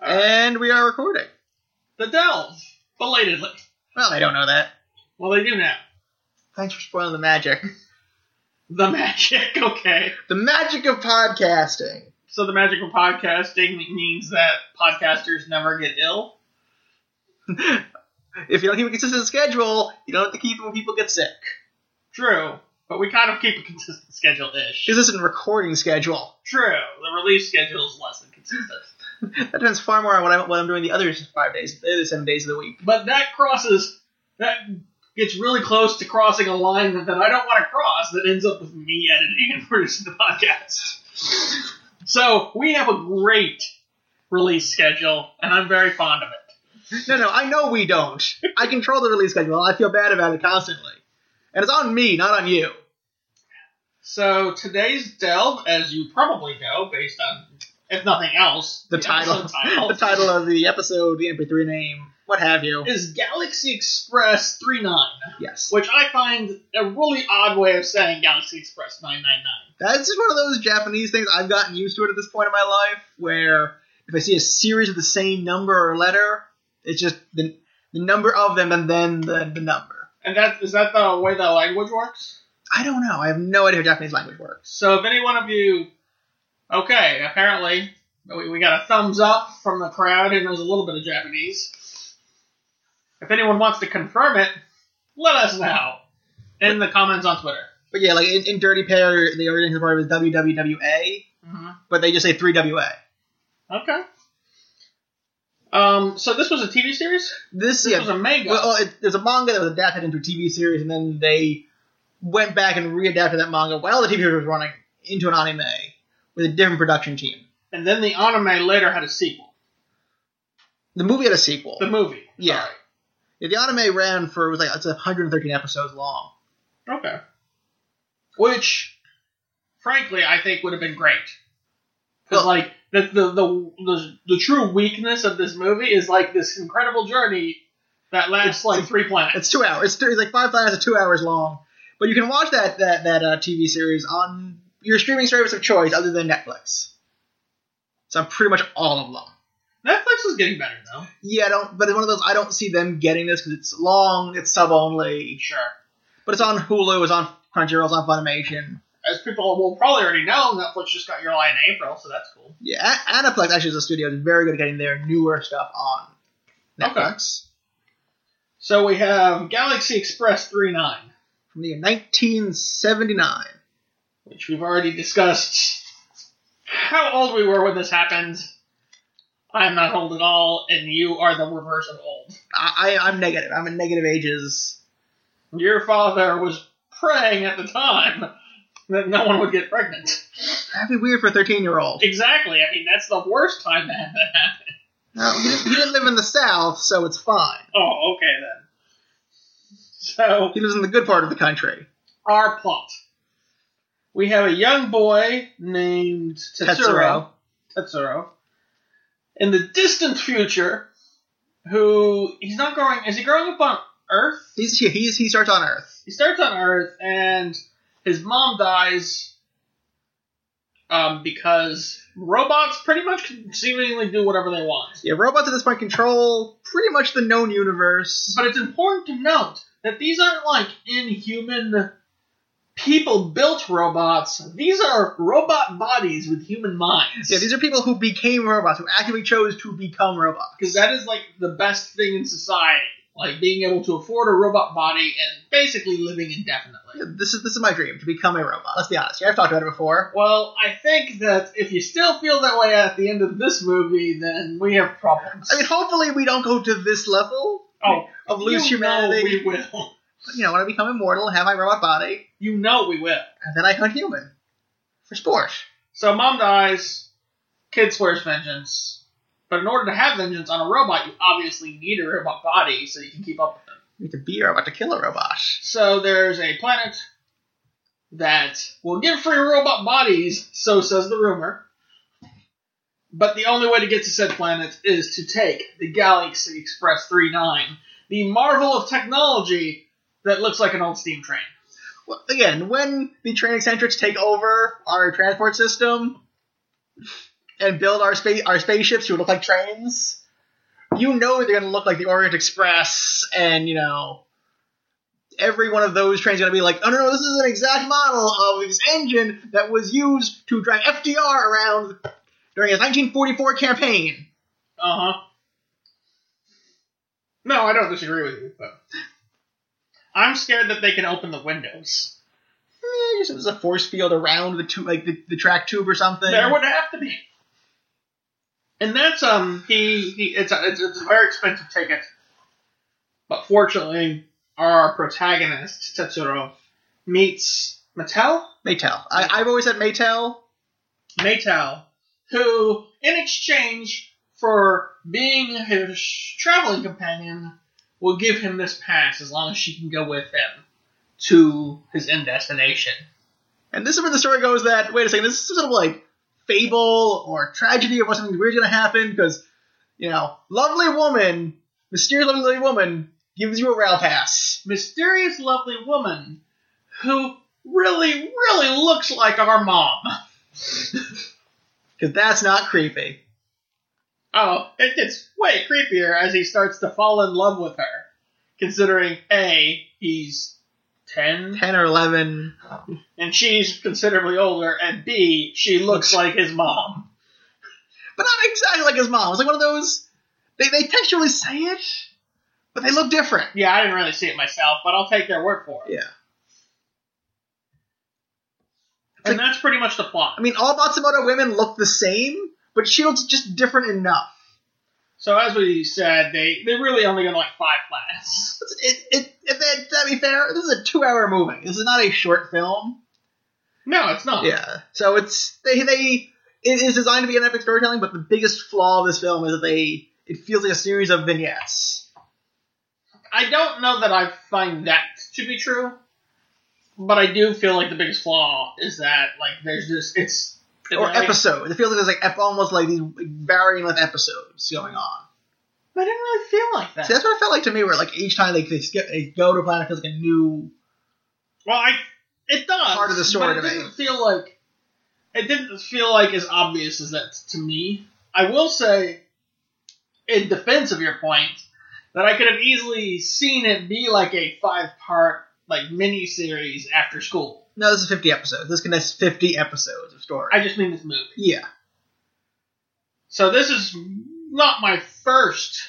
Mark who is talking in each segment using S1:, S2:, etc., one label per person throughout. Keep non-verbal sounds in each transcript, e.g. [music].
S1: And we are recording.
S2: The Dells, belatedly.
S1: Well, they don't know that.
S2: Well, they do now.
S1: Thanks for spoiling the magic. [laughs]
S2: The [laughs] magic, okay.
S1: The magic of podcasting.
S2: So the magic of podcasting means that podcasters never get ill.
S1: If you don't keep a consistent schedule, you don't have to keep it when people get sick.
S2: True, but we kind of keep a consistent schedule ish.
S1: This isn't a recording schedule.
S2: True, the release schedule is less than consistent.
S1: That depends far more on what I'm, what I'm doing the other five days, the other seven days of the week.
S2: But that crosses, that gets really close to crossing a line that, that I don't want to cross that ends up with me editing and [laughs] producing the podcast. So we have a great release schedule, and I'm very fond of it.
S1: No, no, I know we don't. I control the release schedule. I feel bad about it constantly. And it's on me, not on you.
S2: So today's delve, as you probably know, based on if nothing else,
S1: The title.
S2: episode
S1: [laughs]
S2: title,
S1: The title of the episode, the MP3 name, what have you.
S2: is Galaxy Express 39,
S1: Yes.
S2: which I find a really odd way of saying Galaxy Express 999.
S1: That's just one of those Japanese things. I've gotten used to it at this point in my life, where if I see a series of the same number or letter, it's just the, the number of them and then the, the number.
S2: And that is that the way the language works.
S1: I don't know. I have no idea how Japanese language works.
S2: So if any one of you, okay, apparently we, we got a thumbs up from the crowd and there's a little bit of Japanese. If anyone wants to confirm it, let us know in the comments on Twitter.
S1: But yeah, like in, in Dirty Pair, the original part was WWWA,
S2: Mm-hmm.
S1: but they just say 3WA.
S2: Okay. Um, so this was a TV series.
S1: This,
S2: This
S1: yeah,
S2: was a manga.
S1: well, uh, well, it, there's a manga that was adapted into a TV series, and then they went back and readapted that manga while the TV series was running into an anime with a different production team.
S2: and then the anime later had a sequel.
S1: The movie had a sequel.
S2: The movie.
S1: Yeah. Yeah, the anime ran for it was like it's 113 episodes long.
S2: Sorry. Okay. Which, frankly, I think would have been great. Because
S1: Well-
S2: like the the, the the the true weakness of this movie is like this incredible journey that
S1: It's-
S2: lasts like three planets.
S1: It's two hours. It's, th- it's like five planets, two hours long. But you can watch that that that uh, TV series on your streaming service of choice, other than Netflix. So I'm pretty much all of them.
S2: Netflix is getting better though.
S1: Yeah, I don't. But it's one of those I don't see them getting this because it's long, it's sub only.
S2: Sure.
S1: But it's on Hulu, it's on Crunchyroll, it's on Funimation.
S2: As people will probably already know, Netflix just got your line in April, so that's cool.
S1: Yeah, A- Aniplex actually is a studio that's very good at getting their newer stuff on Netflix
S2: So we have Galaxy Express 39.
S1: from the year 1979.
S2: which we've already discussed how old we were when this happened. I'm not old at all, and you are the reverse of old.
S1: I, I, I'm negative. I'm in negative ages.
S2: Your father was praying at the time that no one would get pregnant.
S1: That'd be weird for a 13 year old.
S2: Exactly. I mean, that's the worst time to have that happen.
S1: Now, he, didn't, he didn't live in the South, so it's fine.
S2: Oh, okay then. So,
S1: He lives in the good part of the country.
S2: our plot. We have a young boy named Tetsuro.
S1: Tetsuro.
S2: Tetsuro. In the distant future, who he's not growing. Is he growing up on Earth?
S1: He's, he's, he starts on Earth.
S2: He starts on Earth, and his mom dies um, because robots pretty much can seemingly do whatever they want.
S1: Yeah, robots at this point control pretty much the known universe.
S2: But it's important to note that these aren't like inhuman people built robots. These are robot bodies with human minds.
S1: Yeah, these are people who became robots, who actively chose to become robots.
S2: because that is like the best thing in society. Like being able to afford a robot body and basically living indefinitely.
S1: This is this is my dream to become a robot. Let's be honest. Yeah, I've talked about it before.
S2: Well, I think that if you still feel that way at the end of this movie, then we have problems.
S1: I mean, hopefully we don't go to this level
S2: oh,
S1: of loose
S2: you
S1: humanity.
S2: know we will.
S1: But, you know, when I become immortal, have my robot body,
S2: You know we will.
S1: and then I hunt human for sport.
S2: So mom dies, kid swears vengeance. But in order to have vengeance on a robot, you obviously need a robot body so you can keep up with them.
S1: You need to be a robot to kill a robot.
S2: So there's a planet that will give free robot bodies, so says the rumor. But the only way to get to said planet is to take the Galaxy Express 39, the marvel of technology that looks like an old steam train.
S1: Well, again, when the train eccentrics take over our transport system, and build our space our spaceships who look like trains, you know they're gonna look like the Orient Express, and you know every one of those trains is gonna be like, oh no, no, this is an exact model of this engine that was used to drive FDR around during his 1944 campaign.
S2: Uh huh. No, I don't disagree with you, but I'm scared that they can open the windows.
S1: Eh, I guess it was a force field around the tube, like the, the track tube or something.
S2: There would have to be. And that's um he, he it's a it's, it's a very expensive ticket. But fortunately, our protagonist, Tetsuro, meets Mattel?
S1: Maytel. I, I've always said Maytel.
S2: Maytel, who, in exchange for being his traveling companion, will give him this pass as long as she can go with him to his end destination.
S1: And this is where the story goes that, wait a second, this is some sort of like fable or tragedy or something weird's going to happen because, you know, lovely woman, mysterious lovely woman, gives you a rail pass.
S2: Mysterious, lovely woman who really, really looks like our mom.
S1: Because that's not creepy.
S2: Oh, it gets way creepier as he starts to fall in love with her. Considering A, he's 10,
S1: 10 or 11.
S2: and she's considerably older, and B, she looks like his mom.
S1: But not exactly like his mom. It's like one of those. They, they textually say it, but they look different.
S2: Yeah, I didn't really see it myself, but I'll take their word for it.
S1: Yeah.
S2: And that's pretty much the plot.
S1: I mean, all Matsumoto women look the same, but she looks just different enough.
S2: So as we said, they they really only got like five planets. [laughs]
S1: It's- It, it, if that, that be fair, this is a two hour movie. This is not a short film.
S2: No, it's not.
S1: Yeah. So it's they they it is designed to be an epic storytelling, but the biggest flaw of this film is that they it feels like a series of vignettes.
S2: I don't know that I find that to be true, but I do feel like the biggest flaw is that like there's just it's
S1: or
S2: like,
S1: episodes. It feels like there's like ep- almost like these like, varying length episodes going on.
S2: I didn't really feel like that.
S1: See, that's what it felt like to me. Where like each time like they, skip, they go to a planet, it feels like a new.
S2: well, I it does
S1: Part of the story
S2: but
S1: to
S2: it
S1: me.
S2: didn't feel like it didn't feel like as obvious as that to me. I will say, in defense of your point, that I could have easily seen it be like a five part like mini series after school.
S1: No, this is fifty episodes. This connects fifty episodes of story.
S2: I just mean this movie.
S1: yeah,
S2: So this is not my first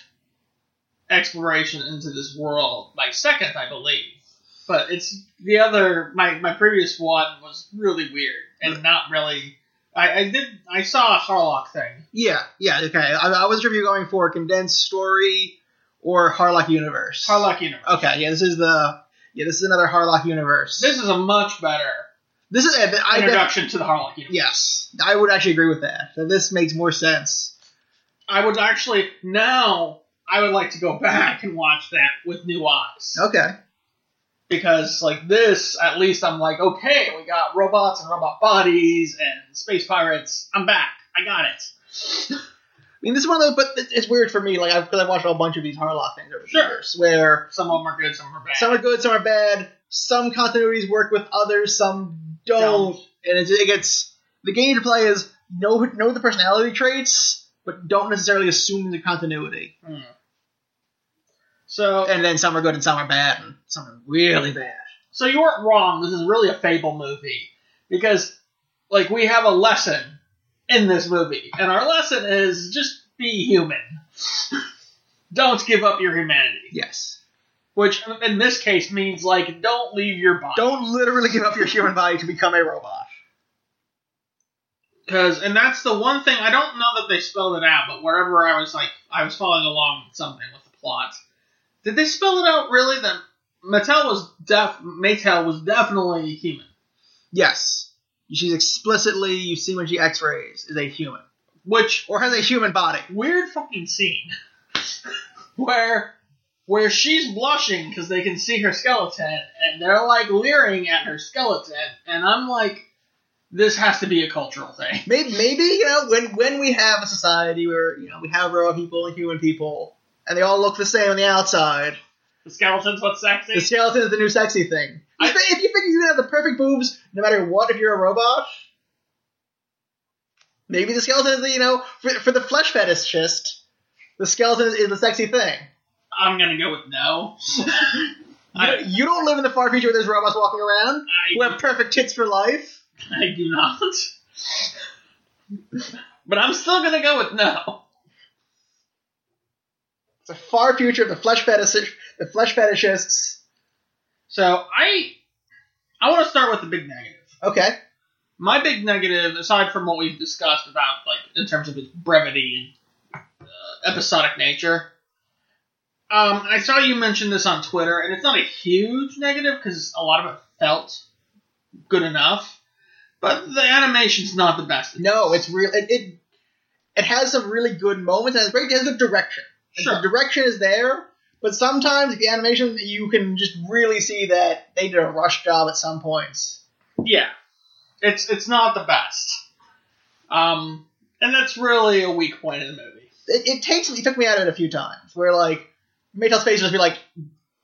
S2: exploration into this world. My second, I believe. But it's the other my, my previous one was really weird and not really I, I did I saw a Harlock thing.
S1: yeah, yeah. Okay, I, I was sure if you were going for a condensed story or Harlock universe.
S2: Harlock Universe.
S1: Okay, yeah. This is the yeah. This is another Harlock universe.
S2: This is a much better
S1: This is I def-
S2: introduction to the Harlock Universe.
S1: Yes, I would actually agree with that. That this makes more sense.
S2: I would actually now I would like to go back and watch that with new eyes.
S1: Okay.
S2: because like this at least i'm like okay we got robots and robot bodies and space pirates i'm back i got it
S1: I mean, this is one of those, but it's- it's weird for me, like, because I've watched a whole bunch of these Harlock things over the
S2: Sure.
S1: years, where
S2: some of them are good some of them are bad
S1: some are good, some are bad, some continuities work with others, some don't,
S2: Don't.
S1: and it, it gets the game to play is know know the personality traits, but don't necessarily assume the continuity.
S2: Hmm. so
S1: And then some are good and some are bad, and some are really bad.
S2: so you weren't wrong this is really a fable movie because like we have a lesson in this movie and our lesson is just be human don't give up your humanity
S1: Yes.
S2: which in this case means like don't leave your body
S1: Don't literally give up your human body to become a robot.
S2: Because, and that's the one thing I don't know that they spelled it out, but wherever I was like, I was following along with something with the plot. Did they spell it out really? That Mattel was def Mattel was definitely human,
S1: Yes. She's explicitly, you see when she x rays, is a human.
S2: which
S1: Or has a human body.
S2: weird fucking scene [laughs] where where she's blushing because they can see her skeleton and they're like leering at her skeleton, and I'm like, this has to be a cultural thing.
S1: Maybe, maybe you know, when, when we have a society where, you know, we have robot people and human people, and they all look the same on the outside,
S2: The skeleton's what's sexy.
S1: the skeleton is the new sexy thing.
S2: I-
S1: if, they- if you figure you're going to have the perfect boobs no matter what if you're a robot, Maybe the skeleton is the you know for, for the flesh fetishist, the skeleton is the sexy thing.
S2: I'm gonna go with no. [laughs]
S1: You, don't- you don't live in the far future where there's robots walking around who
S2: I,
S1: have perfect tits for life.
S2: I do not. but I'm still gonna go with no.
S1: It's a far future of the flesh fetish, the flesh fetishists.
S2: So I I want to start with the big negative.
S1: Okay,
S2: My big negative, aside from what we've discussed about like in terms of its brevity and uh, episodic nature, um, I saw you mention this on Twitter, and it's not a huge negative because a lot of it felt good enough, but the animation's not the best.
S1: no, it's real. It, it it has some really good moments and it's great. It has good direction.
S2: Sure.
S1: The direction is there, but sometimes if the animation, you can just really see that they did a rush job at some points.
S2: Yeah, it's it's not the best, um, and that's really a weak point in the movie.
S1: It, it takes it took me out of it a few times where like Maytel's face would just be like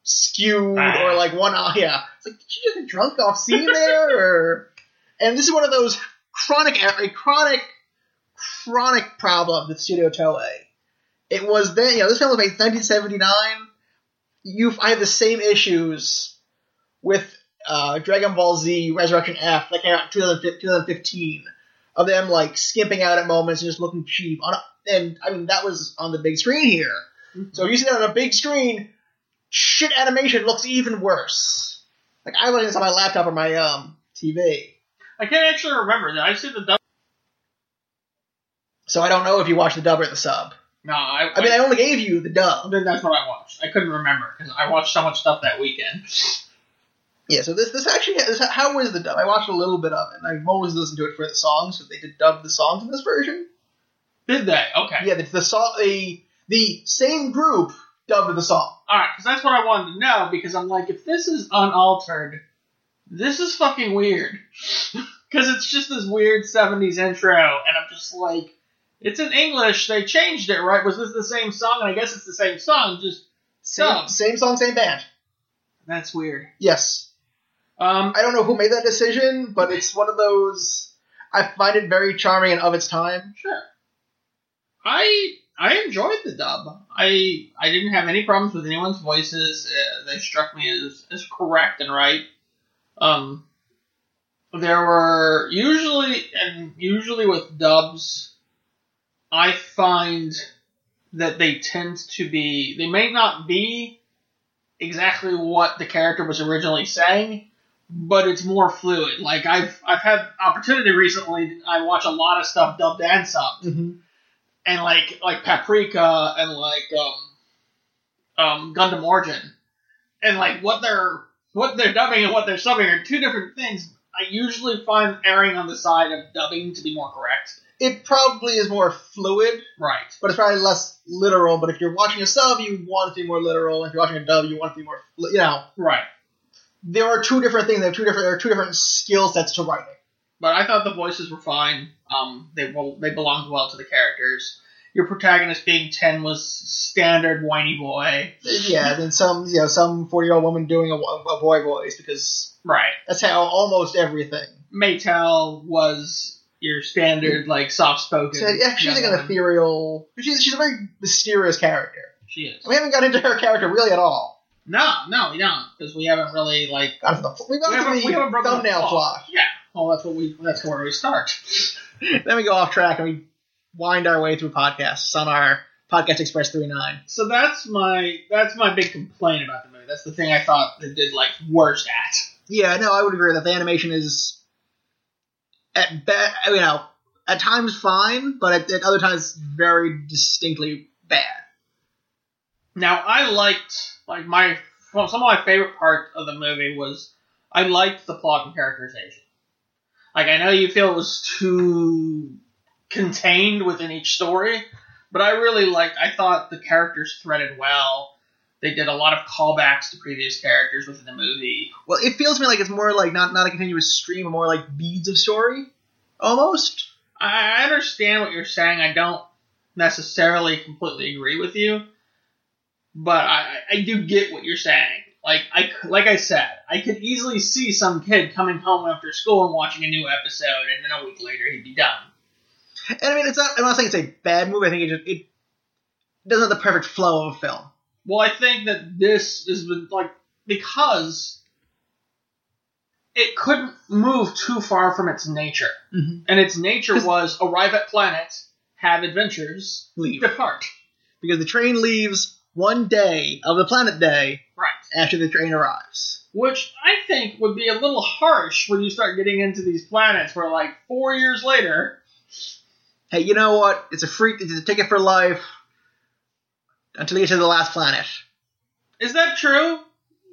S1: skewed
S2: Ah.
S1: or like one eye. Yeah, it's like did she just get drunk off scene there? or [laughs] and this is one of those chronic a chronic chronic problem with Studio Toei. It was then you know this film was made in 1979. You I had the same issues with uh, Dragon Ball Z Resurrection F that came out in 2015 2015 of them like skimping out at moments and just looking cheap on a, and I mean that was on the big screen here. So if you see that on a big screen, shit animation looks even worse. Like I was this on my laptop or my um TV.
S2: I can't actually remember that. I've seen the dub.
S1: So I don't know if you watch the dub or the sub.
S2: No, I,
S1: I mean I only gave you the dub.
S2: then that's what I watched. I couldn't remember because I watched so much stuff that weekend.
S1: Yeah, so this this actually this, how is the dub? I watched a little bit of it and I've always listened to it for the songs, so they did dub the songs in this version.
S2: Did they? Okay.
S1: Yeah, the the song the the same group dubbed the song.
S2: All right, because that's what I wanted to know. Because I'm like, if this is unaltered, this is fucking weird. [laughs] Because it's just this weird '70s intro, and I'm just like, it's in English. They changed it, right? Was this the same song? And I guess it's the same song. Just
S1: Same
S2: Sub.
S1: same song, same band.
S2: that's weird.
S1: Yes.
S2: Um,
S1: I don't know who made that decision, but it's one of those. I find it very charming and of its time.
S2: sure. I I enjoyed the dub. I I didn't have any problems with anyone's voices. Uh, they struck me as as correct and right. Um, there were usually and usually with dubs, I find that they tend to be they may not be exactly what the character was originally saying, but it's more fluid. Like I've I've had opportunity recently. I watch a lot of stuff dubbed and subbed,
S1: Mm-hmm.
S2: and like like Paprika and like um um Gundam Origin, and like what they're what they're dubbing and what they're subbing are two different things. I usually find erring on the side of dubbing to be more correct.
S1: It probably is more fluid,
S2: Right.
S1: but it's probably less literal. But if you're watching a sub, you want it to be more literal. If you're watching a dub, you want it to be more. fl- You know,
S2: Right.
S1: there are two different things. There are two different. There are two different skill sets to writing.
S2: But I thought the voices were fine. Um, they wel- they belonged well to the characters. Your protagonist being ten was standard whiny boy.
S1: Yeah, then some. You know, some forty-year-old woman doing a, a boy voice because
S2: Right.
S1: that's how almost everything.
S2: Maytel was your standard like soft spoken.
S1: So, yeah, she's like an ethereal. She's she's a very mysterious character.
S2: She is.
S1: We haven't got into her character really at all.
S2: No, no, we don't, because we haven't really like.
S1: Out of the, we got
S2: We
S1: to
S2: haven't-
S1: the
S2: we haven't broken the
S1: thumbnail
S2: plot.
S1: plot.
S2: Yeah. Well, that's what we. That's where we start.
S1: Then we go off track and we wind our way through podcasts on our Podcast Express 39.
S2: So that's my that's my big complaint about the movie. That's the thing I thought they did like worst at.
S1: Yeah, no, I would agree that the animation is at best, you know, at times fine, but at, at other times very distinctly bad.
S2: Now I liked like my well, some of my favorite part of the movie was I liked the plot and characterization. Like I know you feel it was too contained within each story, but I really liked. I thought the characters threaded well. They did a lot of callbacks to previous characters within the movie.
S1: Well, it feels to me like it's more like not not a continuous stream, more like beads of story, almost.
S2: I I understand what you're saying. I don't necessarily completely agree with you, but I, I I do get what you're saying. Like I c- like I said, I could easily see some kid coming home after school and watching a new episode, and then a week later he'd be done.
S1: And I mean, it's not. I'm not saying it's a bad movie. I think it just it doesn't have the perfect flow of a film.
S2: Well, I think that this is been, like because it couldn't move too far from its nature,
S1: Mhm.
S2: and its nature
S1: 'Cause-
S2: was arrive at planet, have adventures,
S1: Leave
S2: depart.
S1: because the train leaves one day of the planet day
S2: Right.
S1: after the train arrives.
S2: Which I think would be a little harsh when you start getting into these planets where, like, four years later,
S1: Hey, you know what? It's a free. It's a ticket for life until you get to the last planet.
S2: is that true?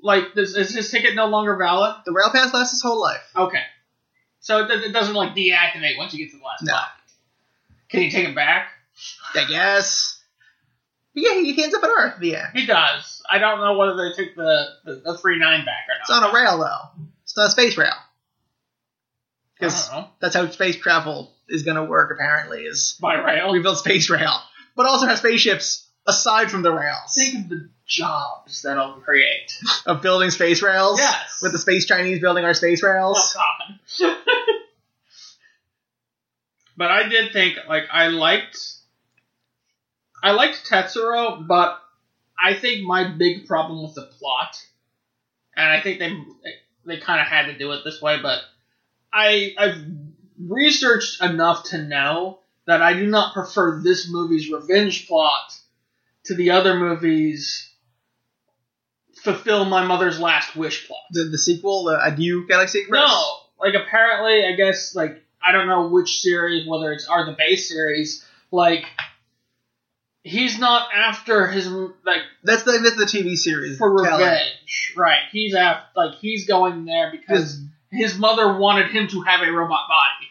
S2: Like, is, is his ticket no longer valid?
S1: The rail pass lasts his whole life.
S2: Okay. So it, it doesn't, like, deactivate once you get to the last
S1: No.
S2: planet. Can you take it back?
S1: I guess. But yeah, he ends up on Earth. Yeah,
S2: He does. I don't know whether they took the, the, the 3 9 back or not.
S1: it's on a rail though. It's not a space rail.
S2: I don't
S1: 'Cause-
S2: know.
S1: That's how space travel is going to work. Apparently, is
S2: By rail.
S1: we build space rail, but also have spaceships aside from the rails
S2: Think of the jobs that'll create.
S1: of building space rails.
S2: Yes.
S1: with the space Chinese building our space
S2: Oh
S1: rails.
S2: God. but I did think like I liked I liked Tetsuro, but I think my big problem with the plot, and I think they they kind of had to do it this way, but I I've researched enough to know that I do not prefer this movie's revenge plot to the other movies fulfill my mother's last wish plot.
S1: The, the sequel, the Adieu Galaxy Express.
S2: No, like apparently, I guess like I don't know which series, whether it's or the base series, like he's not after his like
S1: that's the that's the TV series.
S2: for
S1: Tell it.
S2: revenge, right? He's after like he's going there because
S1: Because-
S2: his mother wanted him to have a robot body.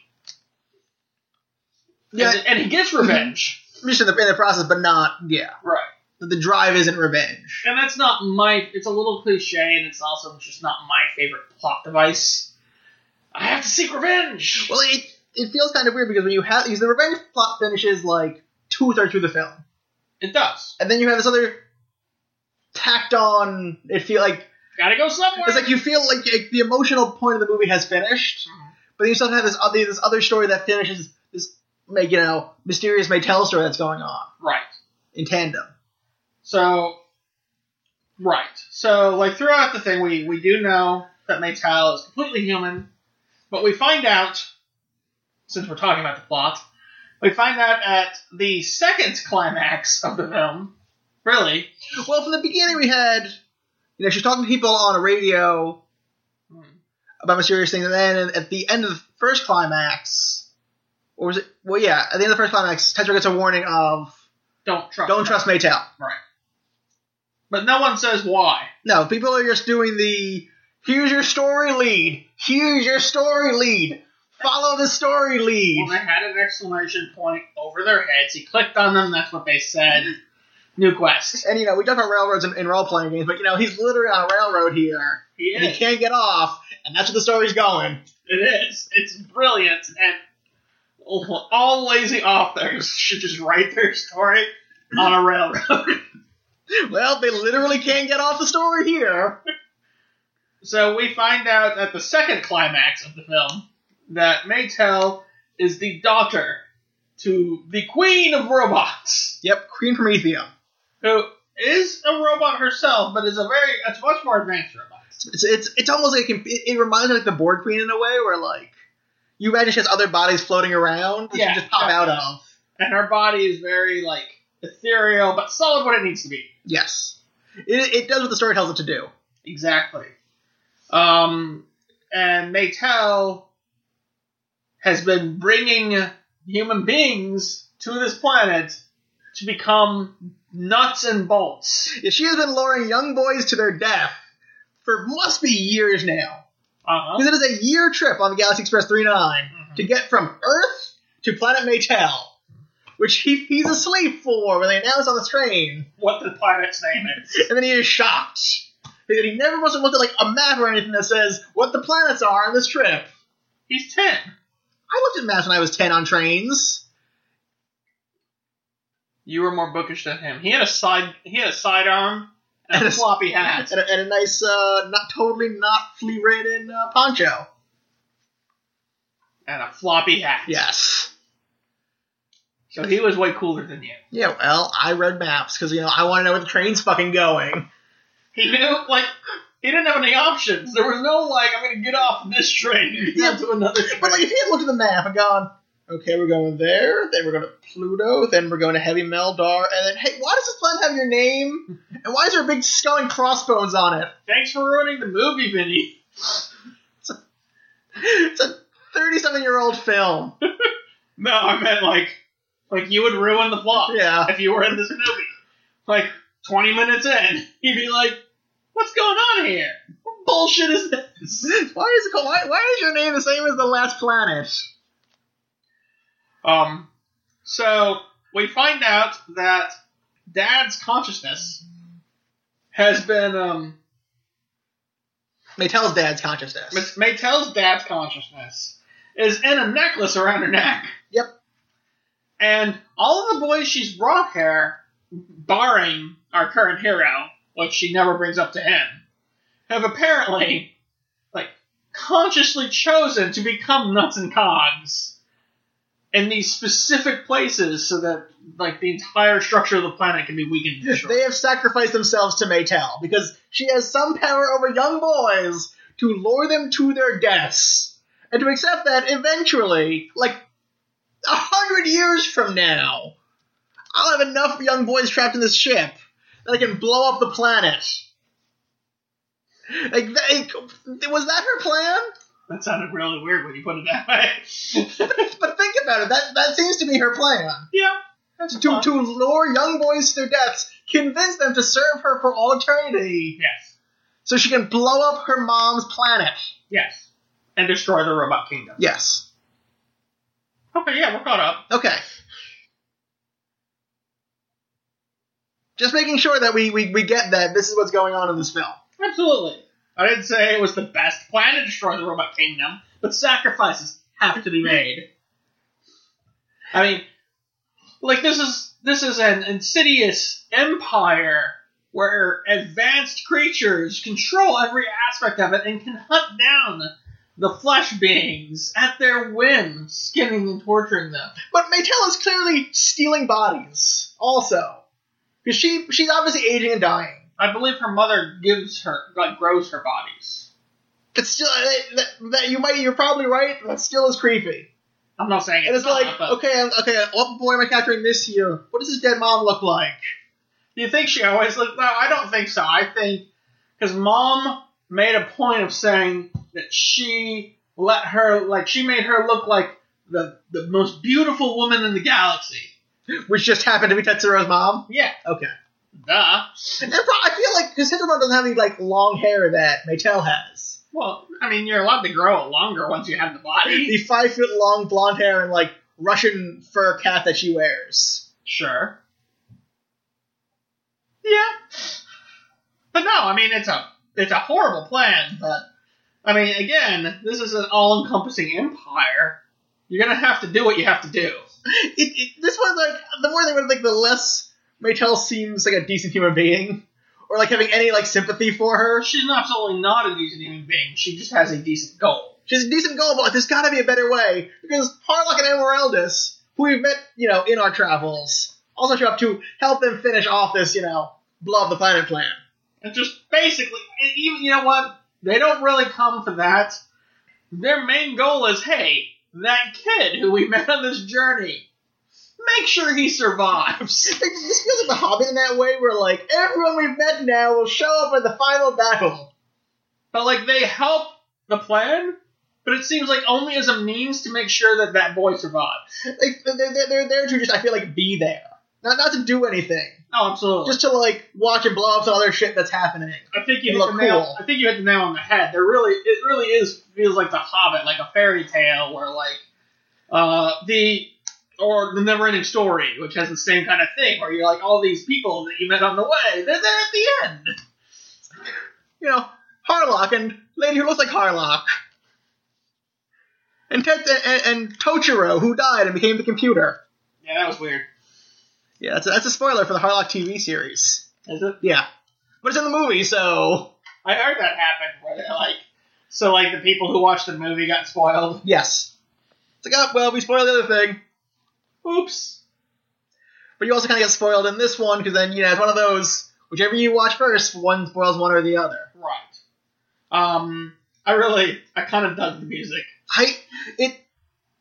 S1: Yeah. Mhm.
S2: and, and he gets revenge,
S1: Just in the, in the process, but not yeah.
S2: right?
S1: The, the drive isn't revenge.
S2: And that's not my. It's a little cliche, and it's also just not my favorite plot device. I have to seek revenge.
S1: Well, it it feels kind of weird because when you have because the revenge plot finishes like two thirds through the film,
S2: It does.
S1: and then you have this other tacked on. It feel like
S2: Gotta go somewhere.
S1: it's like you feel like, like the emotional point of the movie has finished,
S2: Mhm.
S1: but then you still have this other this other story that finishes this like you know mysterious may tell story that's going on
S2: right.
S1: in tandem.
S2: So, right. So, like throughout the thing, we we do know that Maytal is completely human, but we find out, since we're talking about the plot, we find out at the second climax of the film, really,
S1: Well, from the beginning, we had you know she's talking to people on a radio about mysterious things, and then at the end of the first climax, or was it? Well, yeah, at the end of the first climax, Tetra gets a warning of
S2: don't trust.
S1: don't trust Maytel.
S2: But no one says why.
S1: No, people are just doing the here's your story lead, here's your story lead, follow the story
S2: Well,
S1: lead.
S2: they had an exclamation point over their heads. He clicked on them. That's what they said. New quest.
S1: And you know we talk about railroads in, in role playing games, but you know he's literally on a railroad here,
S2: He
S1: and he
S2: is.
S1: can't get off, and that's where the story's going. [laughs]
S2: It is. It's brilliant, and all lazy authors should just write their story on a railroad. [laughs]
S1: Well, they literally can't get off the story here.
S2: so we find out at the second climax of the film that Maytel is the daughter to the queen of robots,
S1: Yep, Queen Promethea.
S2: who is a robot herself, but is a very a much more advanced robot.
S1: It's it's, it's almost like it, it reminds me like the board queen in a way, where like you imagine she has other bodies floating around that
S2: Yeah,
S1: she just pop out of.
S2: And her body is very like ethereal, but solid when it needs to be.
S1: Yes, it, it does what the story tells it to do.
S2: Exactly. Um, and Maytel has been bringing human beings to this planet to become nuts and bolts.
S1: Yeah, she has been luring young boys to their death for must be years now,
S2: [laughs] Uh-huh.
S1: because it is a year trip on the Galaxy Express 39 to get from Earth to planet Maytel, which he, he's asleep for when they announce on the train.
S2: What the planet's name is.
S1: and then he is shocked that he never must have looked at like a map or anything that says what the planets are on this trip.
S2: He's 10.
S1: I looked at maps when I was ten on trains.
S2: You were more bookish than him. He had a side he had a sidearm and a [laughs] floppy hat.
S1: and a, and a nice, uh, not totally not flea ridden uh, poncho.
S2: And a floppy hat.
S1: Yes,
S2: So he was way cooler than you.
S1: Yeah, well, I read maps because you know I want to know where the train's fucking going.
S2: He didn't like. He didn't have any options. There was no like, I'm gonna get off this train and get to another train.
S1: But like, if he had looked at the map and gone, okay, we're going there, then we're going to Pluto, then we're going to Heavy Meldar, and then hey, why does this planet have your name? And why is there a big skull and crossbones on it?
S2: Thanks for ruining the movie, Vinny.
S1: It's a thirty-seven-year-old film.
S2: [laughs] No, I meant like, like you would ruin the plot [laughs]
S1: Yeah,
S2: if you were in this movie. Like 20 minutes in, [laughs] you'd be like, "What's going on here? What bullshit is this?"
S1: why is it called? Why, why is your name the same as the last planet?
S2: Um, so we find out that Dad's consciousness has been um,
S1: Maytel's dad's consciousness.
S2: Miss Maytel's dad's consciousness is in a necklace around her neck.
S1: Yep.
S2: And all of the boys she's brought here, barring our current hero, which she never brings up to him, have apparently, like, consciously chosen to become nuts and cogs in these specific places so that, like, the entire structure of the planet can be weakened. to shreds.
S1: They have sacrificed themselves to Maytel because she has some power over young boys to lure them to their deaths and to accept that eventually, like a hundred years from now, I'll have enough young boys trapped in this ship that I can blow up the planet. Like, they, was that her plan?
S2: That sounded really weird when you put it that way. [laughs]
S1: But think about it. That that seems to be her plan.
S2: yeah. That's
S1: to,
S2: fine.
S1: to lure young boys to their deaths, convince them to serve her for all eternity,
S2: Yes.
S1: so she can blow up her mom's planet.
S2: Yes. And destroy the robot kingdom.
S1: Yes.
S2: Okay, yeah, we're caught up.
S1: Okay. Just making sure that we, we, we get that this is what's going on in this film.
S2: Absolutely. I didn't say it was the best plan to destroy the robot kingdom, but sacrifices have to be made. I mean, like this is this is an insidious empire where advanced creatures control every aspect of it and can hunt down the flesh beings at their whim, skinning and torturing them.
S1: But Maytel is clearly stealing bodies, also. Because she, she's obviously aging and dying.
S2: I believe her mother gives her like grows her bodies.
S1: But still, uh, that, that, that you might, you're probably right, but that still is creepy.
S2: I'm not saying it's,
S1: And it's
S2: not,
S1: like,
S2: but
S1: okay, I'm- okay, what boy am I capturing this year? What does his dead mom look like?
S2: You think she always looked? No, I don't think so. I think because mom made a point of saying that she let her like she made her look like the the most beautiful woman in the galaxy.
S1: which just happened to be Tetsuro's mom.
S2: Yeah.
S1: Okay.
S2: Duh.
S1: And pro- I feel like because Tetsuo doesn't have any like long hair that Maytel has.
S2: Well, I mean, you're allowed to grow it longer once you have the
S1: The
S2: [laughs] body.
S1: five foot long blonde hair and like Russian fur cap that she wears.
S2: Sure. Yeah. But no, I mean it's a it's a horrible plan, but I mean again, this is an all encompassing empire. You're gonna have to do what you have to do.
S1: It, it, this one like the more they would like the less Maytel seems like a decent human being or like having any like sympathy for her.
S2: She's absolutely not a decent human being. She just has a decent goal.
S1: She's a decent goal, but there's got to be a better way because Harlock and Emeraldus, who we've met you know in our travels, also show up to help them finish off this you know blow up the planet plan.
S2: And just basically, and even you know what? They don't really come for that. Their main goal is, hey, that kid who we [laughs] met on this journey, make sure he survives. [laughs]
S1: Like, this feels like the Hobbit in that way, where like everyone we've met now will show up at the final battle.
S2: But like, they help the plan, but it seems like only as a means to make sure that that boy survives.
S1: Like they're, they're, they're there to just, I feel like, be there, not not to do anything,
S2: Oh, absolutely.
S1: just to like watch and blow up some other shit that's happening.
S2: I think
S1: They
S2: you hit the
S1: look
S2: nail.
S1: cool.
S2: I think you hit the nail on the head. There really, it really is feels like The Hobbit, like a fairy tale, where like uh, the or the Neverending Story, which has the same kind of thing, where you're like all these people that you met on the way, they're there at the end.
S1: You know, Harlock and lady who looks like Harlock, and Tet and, and Tochiro who died and became the computer.
S2: Yeah, that was weird.
S1: Yeah, that's a, that's a spoiler for the Harlock TV series.
S2: Is it?
S1: Yeah, but it's in the movie, so
S2: I heard that happened where they're like, so like the people who watched the movie got spoiled.
S1: yes. It's like, oh, well, we spoiled the other thing.
S2: Oops.
S1: But you also kind of get spoiled in this one because then you know it's one of those whichever you watch first, one spoils one or the other.
S2: Right. Um, I really, I kind of dug the music.
S1: I it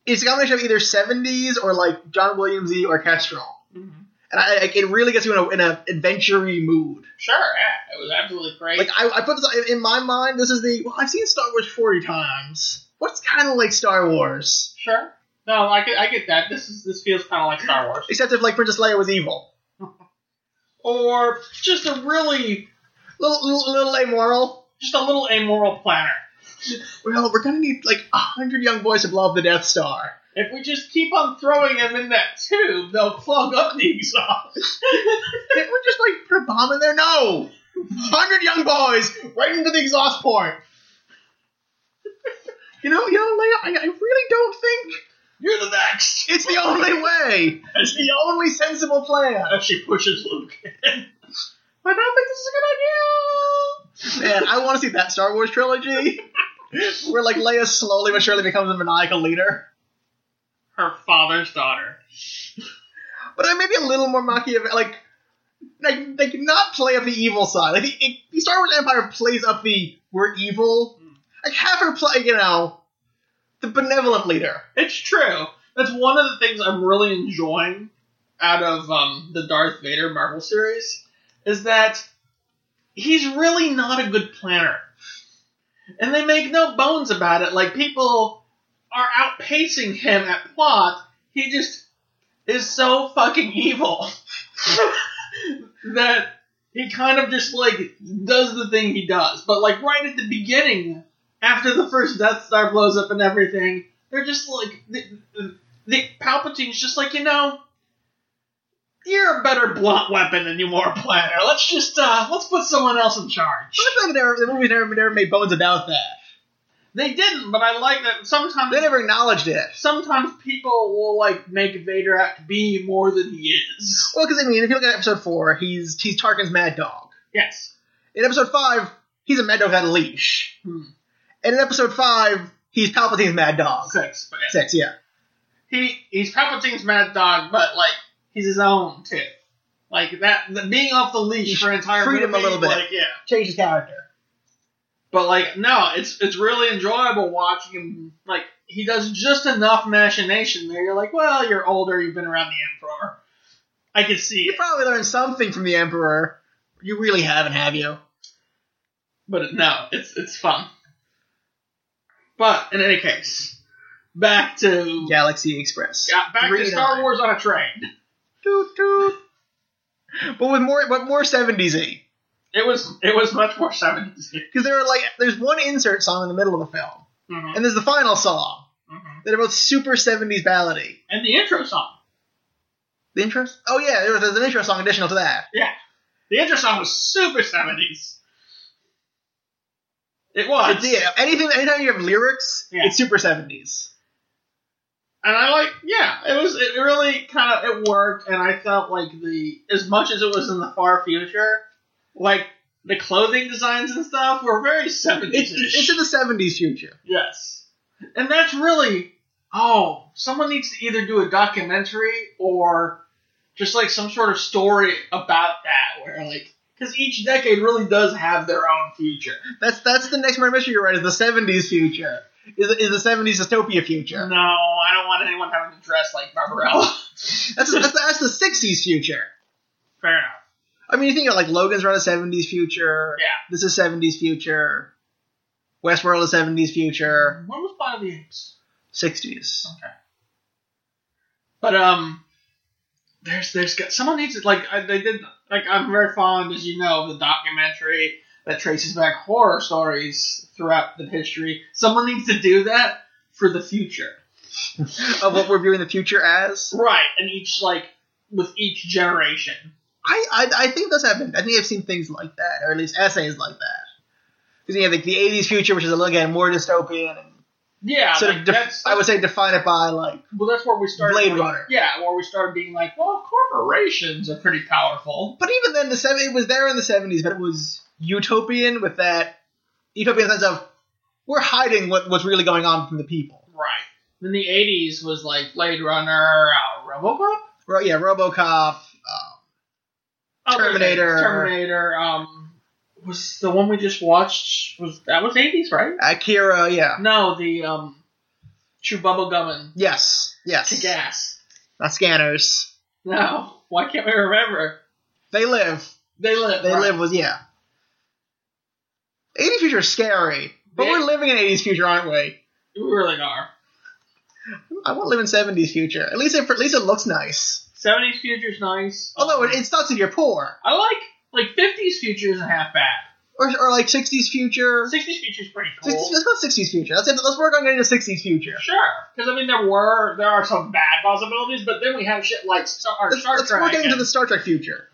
S1: it's a combination of either seventies or like John Williamsy orchestral, and I like, it really gets you in a in an adventure-y mood.
S2: Sure, yeah, it was absolutely great.
S1: Like I, I put this in my mind. This is the well, I've seen Star Wars forty times. What's kind of like Star Wars,
S2: sure. No, I get, I get that. This is this feels kind of like Star Wars,
S1: except if like Princess Leia was evil,
S2: or just a really,
S1: little little, little amoral.
S2: just a little amoral planner.
S1: Well, we're gonna need like a hundred young boys to blow up the Death Star.
S2: If we just keep on throwing them in that tube, they'll clog up the exhaust.
S1: Can't we just like put a bomb in there? No, hundred young boys right into the exhaust port. [laughs] You know, you know, Leia, I, I really don't think
S2: You're the next.
S1: It's the only way. It's the only sensible plan.
S2: As she pushes Luke.
S1: I don't think this is a good idea. Man, I want to see that Star Wars trilogy where like Leia slowly but surely becomes a maniacal leader.
S2: Her father's daughter.
S1: But I maybe a little more Machiavelli, like like like not play up the evil side. Like the, it, the Star Wars Empire plays up the we're evil. Like have her play, you know, the benevolent leader.
S2: It's true. That's one of the things I'm really enjoying out of um, the Darth Vader Marvel series is that he's really not a good planner. And they make no bones about it. Like people are outpacing him at plot. He just is so fucking evil [laughs] that he kind of just like does the thing he does. But like right at the beginning, after the first Death Star blows up and everything, they're just like the, the, the Palpatine's just like you know, you're a better blunt weapon than you are a planner. Let's just uh, let's put someone else in charge.
S1: But I feel like never, the movie never never made bones about that.
S2: They didn't, but I like that sometimes
S1: They never acknowledged it.
S2: sometimes people will like make Vader out to be more than he is.
S1: Well, because I mean, if you look at episode four, he's he's Tarkin's mad dog.
S2: Yes.
S1: In episode five, he's a mad dog on a leash.
S2: Hmm.
S1: And in episode five, he's Palpatine's mad dog.
S2: Six. But
S1: Six, yeah.
S2: he he's Palpatine's mad dog, but like he's his own too. Like that, the, being off the leash for an entire
S1: Freed him
S2: movie,
S1: a little bit.
S2: Like, yeah,
S1: Changed his character.
S2: but like no, it's it's really enjoyable watching him. Like he does just enough machination there. You're like, well, you're older, you've been around the Emperor. I can see
S1: You
S2: it,
S1: probably learned something from the Emperor. You really haven't, have you?
S2: but no, it's it's fun. But in any case, back to
S1: Galaxy Express.
S2: yeah, back to
S1: Three
S2: Star
S1: nine.
S2: Wars on a train.
S1: Toot, toot. But with more, but more seventies y.
S2: It was it was much more 70s
S1: Because there are like, there's one insert song in the middle of the film, and there's the final song
S2: Mhm.
S1: that are both super seventies ballady.
S2: and the intro song.
S1: The intro? Oh yeah, there was, there's an intro song additional to that.
S2: The intro song was super seventies. It was.
S1: It's, yeah, anything, anytime you have lyrics,
S2: Oh, Yeah.
S1: it's super seventies.
S2: And I like yeah, it was it really kind of it worked and I felt like the as much as it was in the far future, like the clothing designs and stuff were very
S1: It's,
S2: seventies.
S1: it's in the seventies future.
S2: yes. And that's really oh, someone needs to either do a documentary or just like some sort of story about that where like because each decade really does have their own future.
S1: That's that's the next murder mystery you're right. Is the seventies future? Is is the seventies dystopia future?
S2: No, I don't want anyone having to dress like Barbarella. [laughs]
S1: That's that's, that's the sixties future.
S2: Fair enough.
S1: I mean, you think about like Logan's around the seventies future.
S2: Yeah.
S1: This is seventies future. Westworld is seventies future.
S2: When was Planet of the Apes?
S1: Sixties.
S2: But um, there's there's got, someone needs to like I, they did like I'm very fond as you know of the documentary that traces back horror stories throughout the history. Someone needs to do that for the future,
S1: Of what we're viewing the future as.
S2: right? And each like with each generation.
S1: I, I I think that's happened. I think I've seen things like that, or at least essays like that. Because you have like the '80s future, which is a little again more dystopian, and
S2: Yeah,
S1: sort
S2: like,
S1: of def-
S2: that's,
S1: I would say define it by like
S2: well, that's where we started.
S1: Blade
S2: like-
S1: Runner.
S2: Yeah, where we started being like, well, corporations are pretty powerful.
S1: But even then, the seven it was there in the seventies, but it was utopian with that utopian sense of we're hiding what, what's really going on from the people.
S2: Right. Then the 80s was like Blade Runner, uh, Robocop?
S1: Ro- yeah, RoboCop, um,
S2: Other
S1: Terminator.
S2: things, Terminator. Um, was the one we just watched was that was eighties, right?
S1: Akira, yeah.
S2: No, the um, chew bubble gum and
S1: Yes, yes.
S2: to gas.
S1: Not scanners.
S2: No, why can't we remember?
S1: They live.
S2: They live.
S1: They
S2: right.
S1: live was yeah. 80s future is scary, but
S2: They-
S1: we're living in 80s future, aren't we?
S2: We really are.
S1: I want to live in 70s future. At least, it, at least it looks nice.
S2: Seventies future's nice.
S1: Although it, it sucks if you're poor,
S2: I like like fifties future isn't half bad.
S1: or, or like 60s future.
S2: Sixties future's pretty
S1: 60s,
S2: cool.
S1: let's go with 60s future. Let's, let's work on getting to 60s future.
S2: Sure, because I mean there were there are some bad possibilities, but then we have shit like Star, or
S1: Let's,
S2: Star
S1: let's
S2: Trek.
S1: work into
S2: and-
S1: the Star Trek future.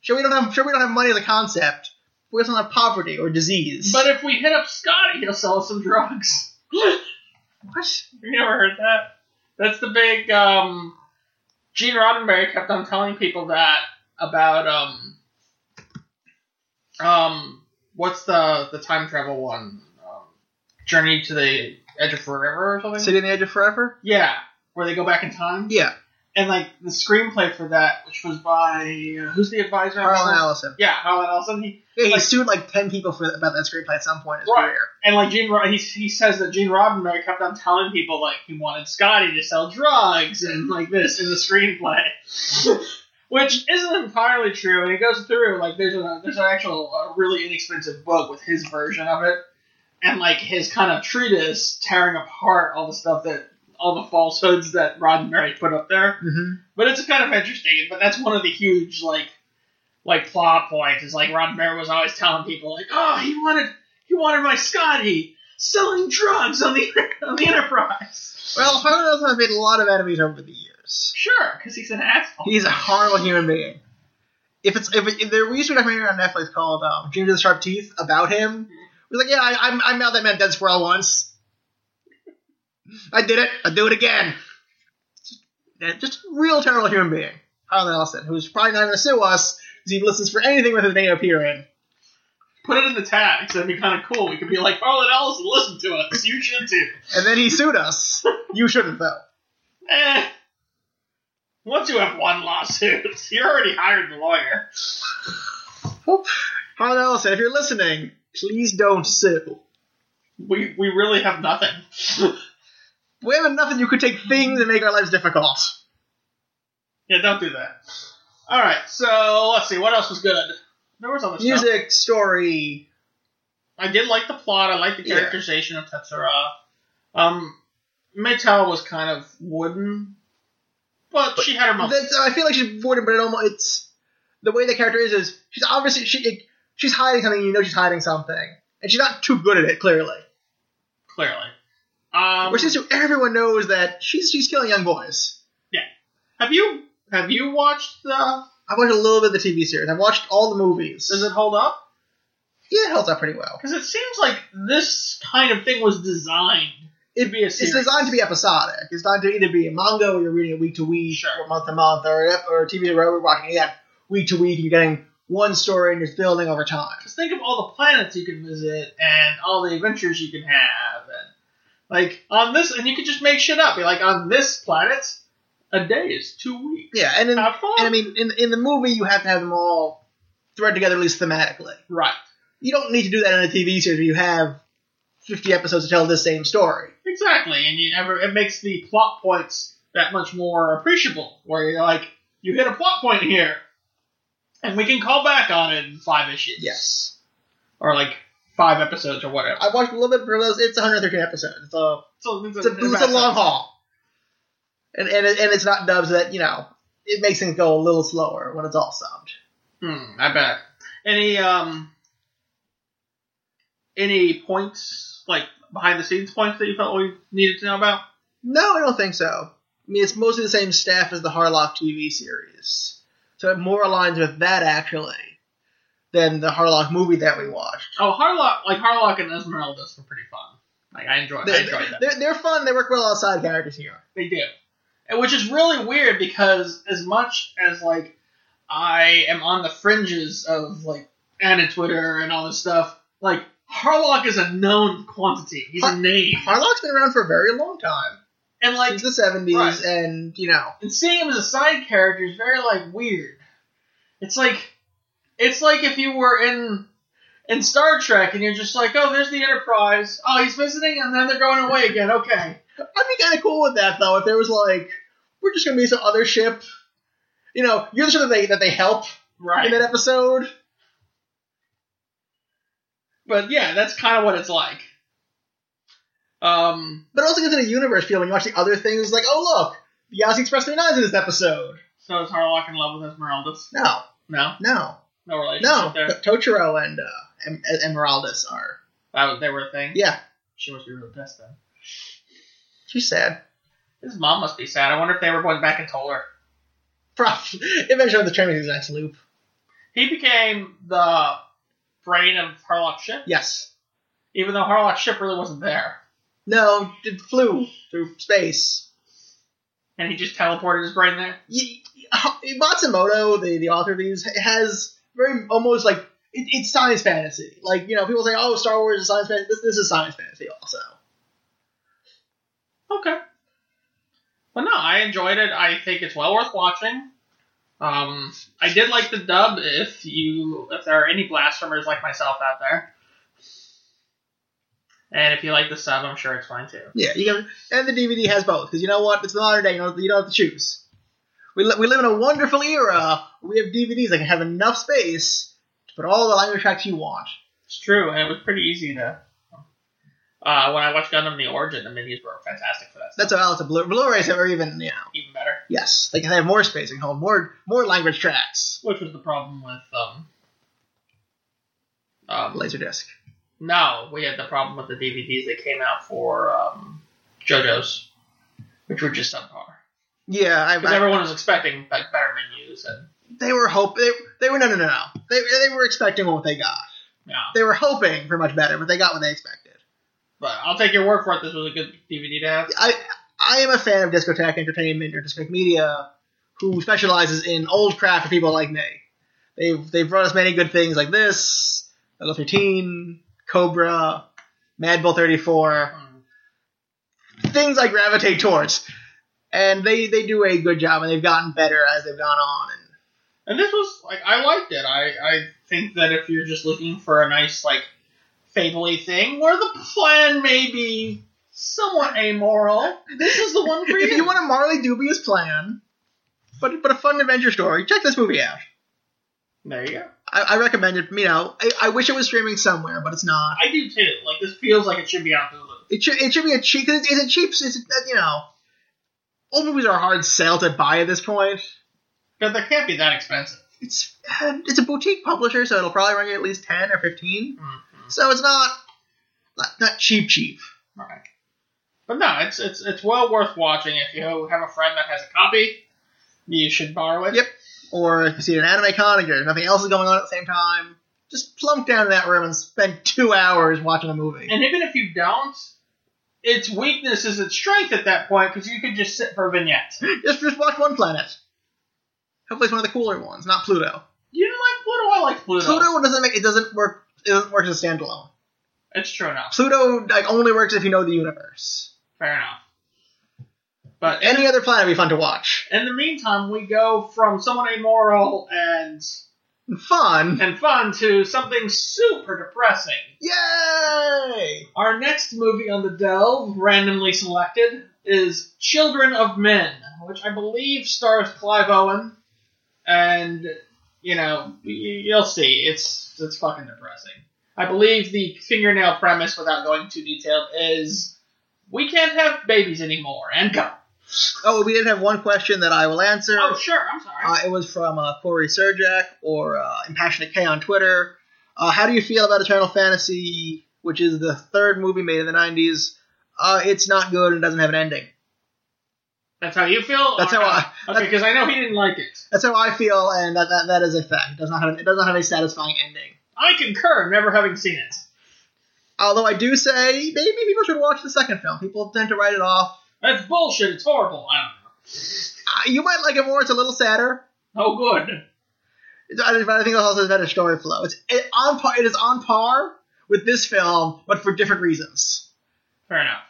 S1: Sure, we don't have sure we don't have money as a concept. We also don't have poverty or disease.
S2: But if we hit up Scotty, he'll sell us
S1: [laughs]
S2: some drugs.
S1: what?
S2: Have you ever heard that? That's the big um Gene Roddenberry kept on telling people that about um um what's the the time travel one? Um, Journey to the Edge of Forever or something?
S1: City on the Edge of Forever?
S2: Yeah, where they go back in time.
S1: Yeah,
S2: And like the screenplay for that, which was by uh, who's the advisor? on
S1: Harlan
S2: that?
S1: Ellison.
S2: Yeah, Harlan Ellison. He
S1: Yeah, he
S2: Like-
S1: sued like ten people for about that screenplay at some point in his
S2: Right.
S1: career.
S2: And like Gene, Rod- he he says that Gene Roddenberry kept on telling people like he wanted Scotty to sell drugs and like this in the screenplay, [laughs] which isn't entirely true. And it goes through like there's a there's an actual uh, really inexpensive book with his version of it, and like his kind of treatise tearing apart all the stuff that all the falsehoods that Roddenberry put up there.
S1: Mm-hmm.
S2: But it's kind of interesting. But that's one of the huge like like plot points is like Roddenberry was always telling people like, oh, he wanted he wanted my Scotty selling drugs on the [laughs] on the Enterprise.
S1: Well, Harlan Ellison has made a lot of enemies over the years.
S2: sure, because he's an asshole.
S1: He's a horrible human being. If it's if, it, if there we used to have a documentary on Netflix called um, "Dreams of the Sharp Teeth" about him, it was like, yeah, I, I, I mailed that man a dead squirrel once. I did it. I do it again. Yeah, Just a real terrible human being, Harlan Ellison, who's probably not going to sue us because he listens for anything with his name appearing.
S2: Put it in the tags. That'd be kind of cool. We could be like, Harlan Ellison, listen to us. You should too.
S1: And then he sued us. you shouldn't though.
S2: Eh. Once you have one lawsuit, [laughs] you already hired the lawyer.
S1: Harlan Ellison, if you're listening, please don't sue.
S2: We we really have nothing. [laughs]
S1: We have enough that you could take things and make our lives difficult.
S2: Yeah, don't do that. All right, so let's see what else was good. There was other stuff.
S1: Music, story.
S2: I did like the plot. I liked the
S1: Yeah.
S2: characterization of Tetsura. Um, Maytel was kind of wooden, but, she had her moments.
S1: That's, I feel like she's bored, but it almost it's the way the character is is she's obviously she it, she's hiding something. You know she's hiding something, and she's not too good at it. Clearly,
S2: Clearly, um,
S1: which is so everyone knows that she's she's killing young boys.
S2: have you have you watched the?
S1: I watched a little bit of the TV series. I watched all the movies.
S2: Does it hold up?
S1: yeah, it holds up pretty well.
S2: Because it seems like this kind of thing was designed to be a
S1: It's
S2: series.
S1: designed to be episodic. It's designed to either be a manga where you're reading it week to week,
S2: Sure.
S1: or month to month, or an ep- or a TV where we're watching it yeah, week to week, and you're getting one story and it's building over time.
S2: Just think of all the planets you can visit and all the adventures you can have, and like on this, and you could just make shit up. Be like, on this planet, a day is two weeks.
S1: Yeah, and in, and
S2: Have fun.
S1: I mean in in the movie you have to have them all thread together at least thematically.
S2: right.
S1: You don't need to do that in a TV series where you have fifty episodes to tell the same story.
S2: Exactly, and you ever it makes the plot points that much more appreciable. Where you're like, you hit a plot point here, and we can call back on it in five issues.
S1: Yes.
S2: or like five episodes or whatever.
S1: I watched a little bit for those it's 113 episodes. It's a
S2: So
S1: it's a, it's a long haul. And and it, and it's not dubbed so that, you know, it makes things go a little slower when it's all subbed.
S2: Hmm, I bet. Any um, any points like behind the scenes points that you felt we needed to know about?
S1: No, I don't think so. I mean, it's mostly the same staff as the Harlock TV series, so it more aligns with that actually than the Harlock movie that we watched.
S2: Oh, Harlock, like Harlock and Esmeraldas were pretty fun. Like I enjoyed, I
S1: They're,
S2: enjoyed that.
S1: they're, they're fun. They work well outside characters here.
S2: They do. And Which is really weird because as much as like I am on the fringes of like Anna Twitter and all this stuff, like Harlock is a known quantity. He's a
S1: Har-
S2: name.
S1: Harlock's been around for a very long time,
S2: And like
S1: since the seventies,
S2: Right.
S1: and you know,
S2: and seeing him as a side character is very like weird. It's like It's like if you were in in Star Trek and you're just like, oh, there's the Enterprise. Oh, he's visiting, and then they're going away again. Okay.
S1: I'd be kind of cool with that though. If there was like, we're just gonna be some other ship. You know, you're the ship that they that they help in
S2: Right.
S1: that episode.
S2: But yeah, that's kind of what it's like. Um.
S1: But it also gives it a universe feel when you watch the other things. It's like, oh look, the Galaxy Express 39 is in this episode.
S2: So is Harlock in love with Esmeraldus?
S1: No,
S2: No,
S1: no,
S2: no
S1: no.
S2: relationship there.
S1: Totoro and uh, em- Emeraldus are.
S2: That was, they were a thing.
S1: Yeah,
S2: She must be really pissed then.
S1: she's sad. [laughs]
S2: His mom must be sad. I wonder if they were going back and told her.
S1: Probably. Eventually, the train is a nice loop.
S2: He became the brain of Harlock's ship,
S1: Yes.
S2: even though Harlock's ship really wasn't there.
S1: No, it flew through space.
S2: And he just teleported his brain there.
S1: Y- y- Matsumoto, the, the author of these, has very almost like it, it's science fantasy. Like you know, people say, "Oh, Star Wars is science fantasy." This, this is science fantasy also.
S2: Okay. Well, no, I enjoyed it. I think it's well worth watching. Um, I did like the dub. If you, if there are any blasphemers like myself out there, and if you like the sub, I'm sure it's fine too.
S1: Yeah, you can, and the DVD has both because you know what? It's the modern day. You don't, you don't have to choose. We, li- we live in a wonderful era. We have DVDs that can have enough space to put all the language tracks you want.
S2: It's true, and it was pretty easy to. Uh, when I watched Gundam: The Origin, the minis were fantastic for that.
S1: That's how it's a Blu- Blu-rays are even. You know,
S2: even better.
S1: yes, they can have more space. They can hold more more language tracks.
S2: Which was the problem with um. Um,
S1: Laserdisc.
S2: No, we had the problem with the DVDs that came out for um, JoJo's, which were just subpar.
S1: Yeah, I,
S2: Because
S1: I-
S2: everyone was expecting like better menus and
S1: they were hope they, they were no no no no they they were expecting what they got.
S2: yeah.
S1: They were hoping for much better, but they got what they expected.
S2: But I'll take your word for it. This was a good DVD to have.
S1: I I am a fan of discotheque entertainment or discotheque media, who specializes in old craft for people like me. They've they've brought us many good things like this, Level Thirteen, Cobra, Mad Bull Thirty Four,
S2: Um,
S1: things I gravitate towards, and they they do a good job and they've gotten better as they've gone on. And
S2: And this was like I liked it. I I think that if you're just looking for a nice like fabley thing where the plan may be somewhat amoral, this is the one for you.
S1: [laughs] if you want a Marley dubious plan, but but a fun adventure story, check this movie out.
S2: there you go.
S1: I, I recommend it. You know, I, I wish it was streaming somewhere, but it's not.
S2: I do too. Like this feels like it should be out there.
S1: It should it should be a cheap. Cause it's, it's a cheap. It's a, you know, old movies are a hard sell to buy at this point.
S2: But they can't be that expensive.
S1: It's um, it's a boutique publisher, so it'll probably run you at least ten or fifteen.
S2: Mhm.
S1: So it's not not, not cheap cheap.
S2: Alright. But no, it's it's it's well worth watching if you have a friend that has a copy. You should borrow it.
S1: Yep. Or if you see it at an anime con and there's nothing else is going on at the same time, just plunk down in that room and spend two hours watching a movie.
S2: And even if you don't, its weakness is its strength at that point because you could just sit for vignettes.
S1: just just watch one planet. Hopefully, it's one of the cooler ones, not Pluto.
S2: You didn't like Pluto. I like Pluto.
S1: Pluto doesn't make it doesn't work. It doesn't work as a standalone.
S2: It's true enough.
S1: Pluto like only works if you know the universe.
S2: Fair enough. But in,
S1: Any other planet would be fun to watch.
S2: in the meantime, we go from someone amoral and
S1: Fun.
S2: and fun to something super depressing.
S1: Yay!
S2: Our next movie on the delve, randomly selected, is Children of Men, which I believe stars Clive Owen. And you know, y- you'll see. It's it's fucking depressing. I believe the fingernail premise, without going too detailed, is we can't have babies anymore. And go.
S1: Oh, we did have one question that I will answer.
S2: Oh, sure. I'm sorry.
S1: Uh, it was from uh, Corey Serjak or uh, Impassionate K on Twitter. Uh, how do you feel about Eternal Fantasy, which is the third movie made in the 90s? Uh, it's not good and doesn't have an ending.
S2: that's how you feel.
S1: That's how I.
S2: Okay, because I know he didn't like it.
S1: That's how I feel, and that, that, that is a fact. It does not have it does not have a satisfying ending.
S2: I concur, never having seen it.
S1: Although I do say maybe people should watch the second film. People tend to write it off.
S2: That's bullshit. It's horrible. I don't know.
S1: Uh, you might like it more. It's a little sadder,
S2: No Oh, good.
S1: It's- I- but I think it also has better story flow. It's it, on par. It is on par with this film, but for different reasons.
S2: Fair enough.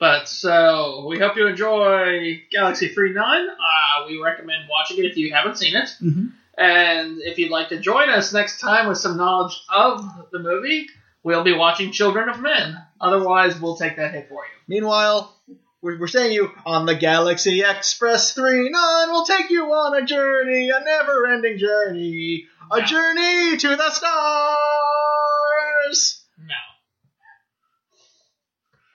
S2: But so we hope you enjoy Galaxy Free Nine. Uh, we recommend watching it if you haven't seen it.
S1: Mhm.
S2: And if you'd like to join us next time with some knowledge of the movie, we'll be watching Children of Men. Otherwise, we'll take that hit for you.
S1: Meanwhile, we're, we're saying you on the Galaxy Express 3 9 will take you on a journey, a never ending journey, a
S2: Yeah.
S1: journey to the stars.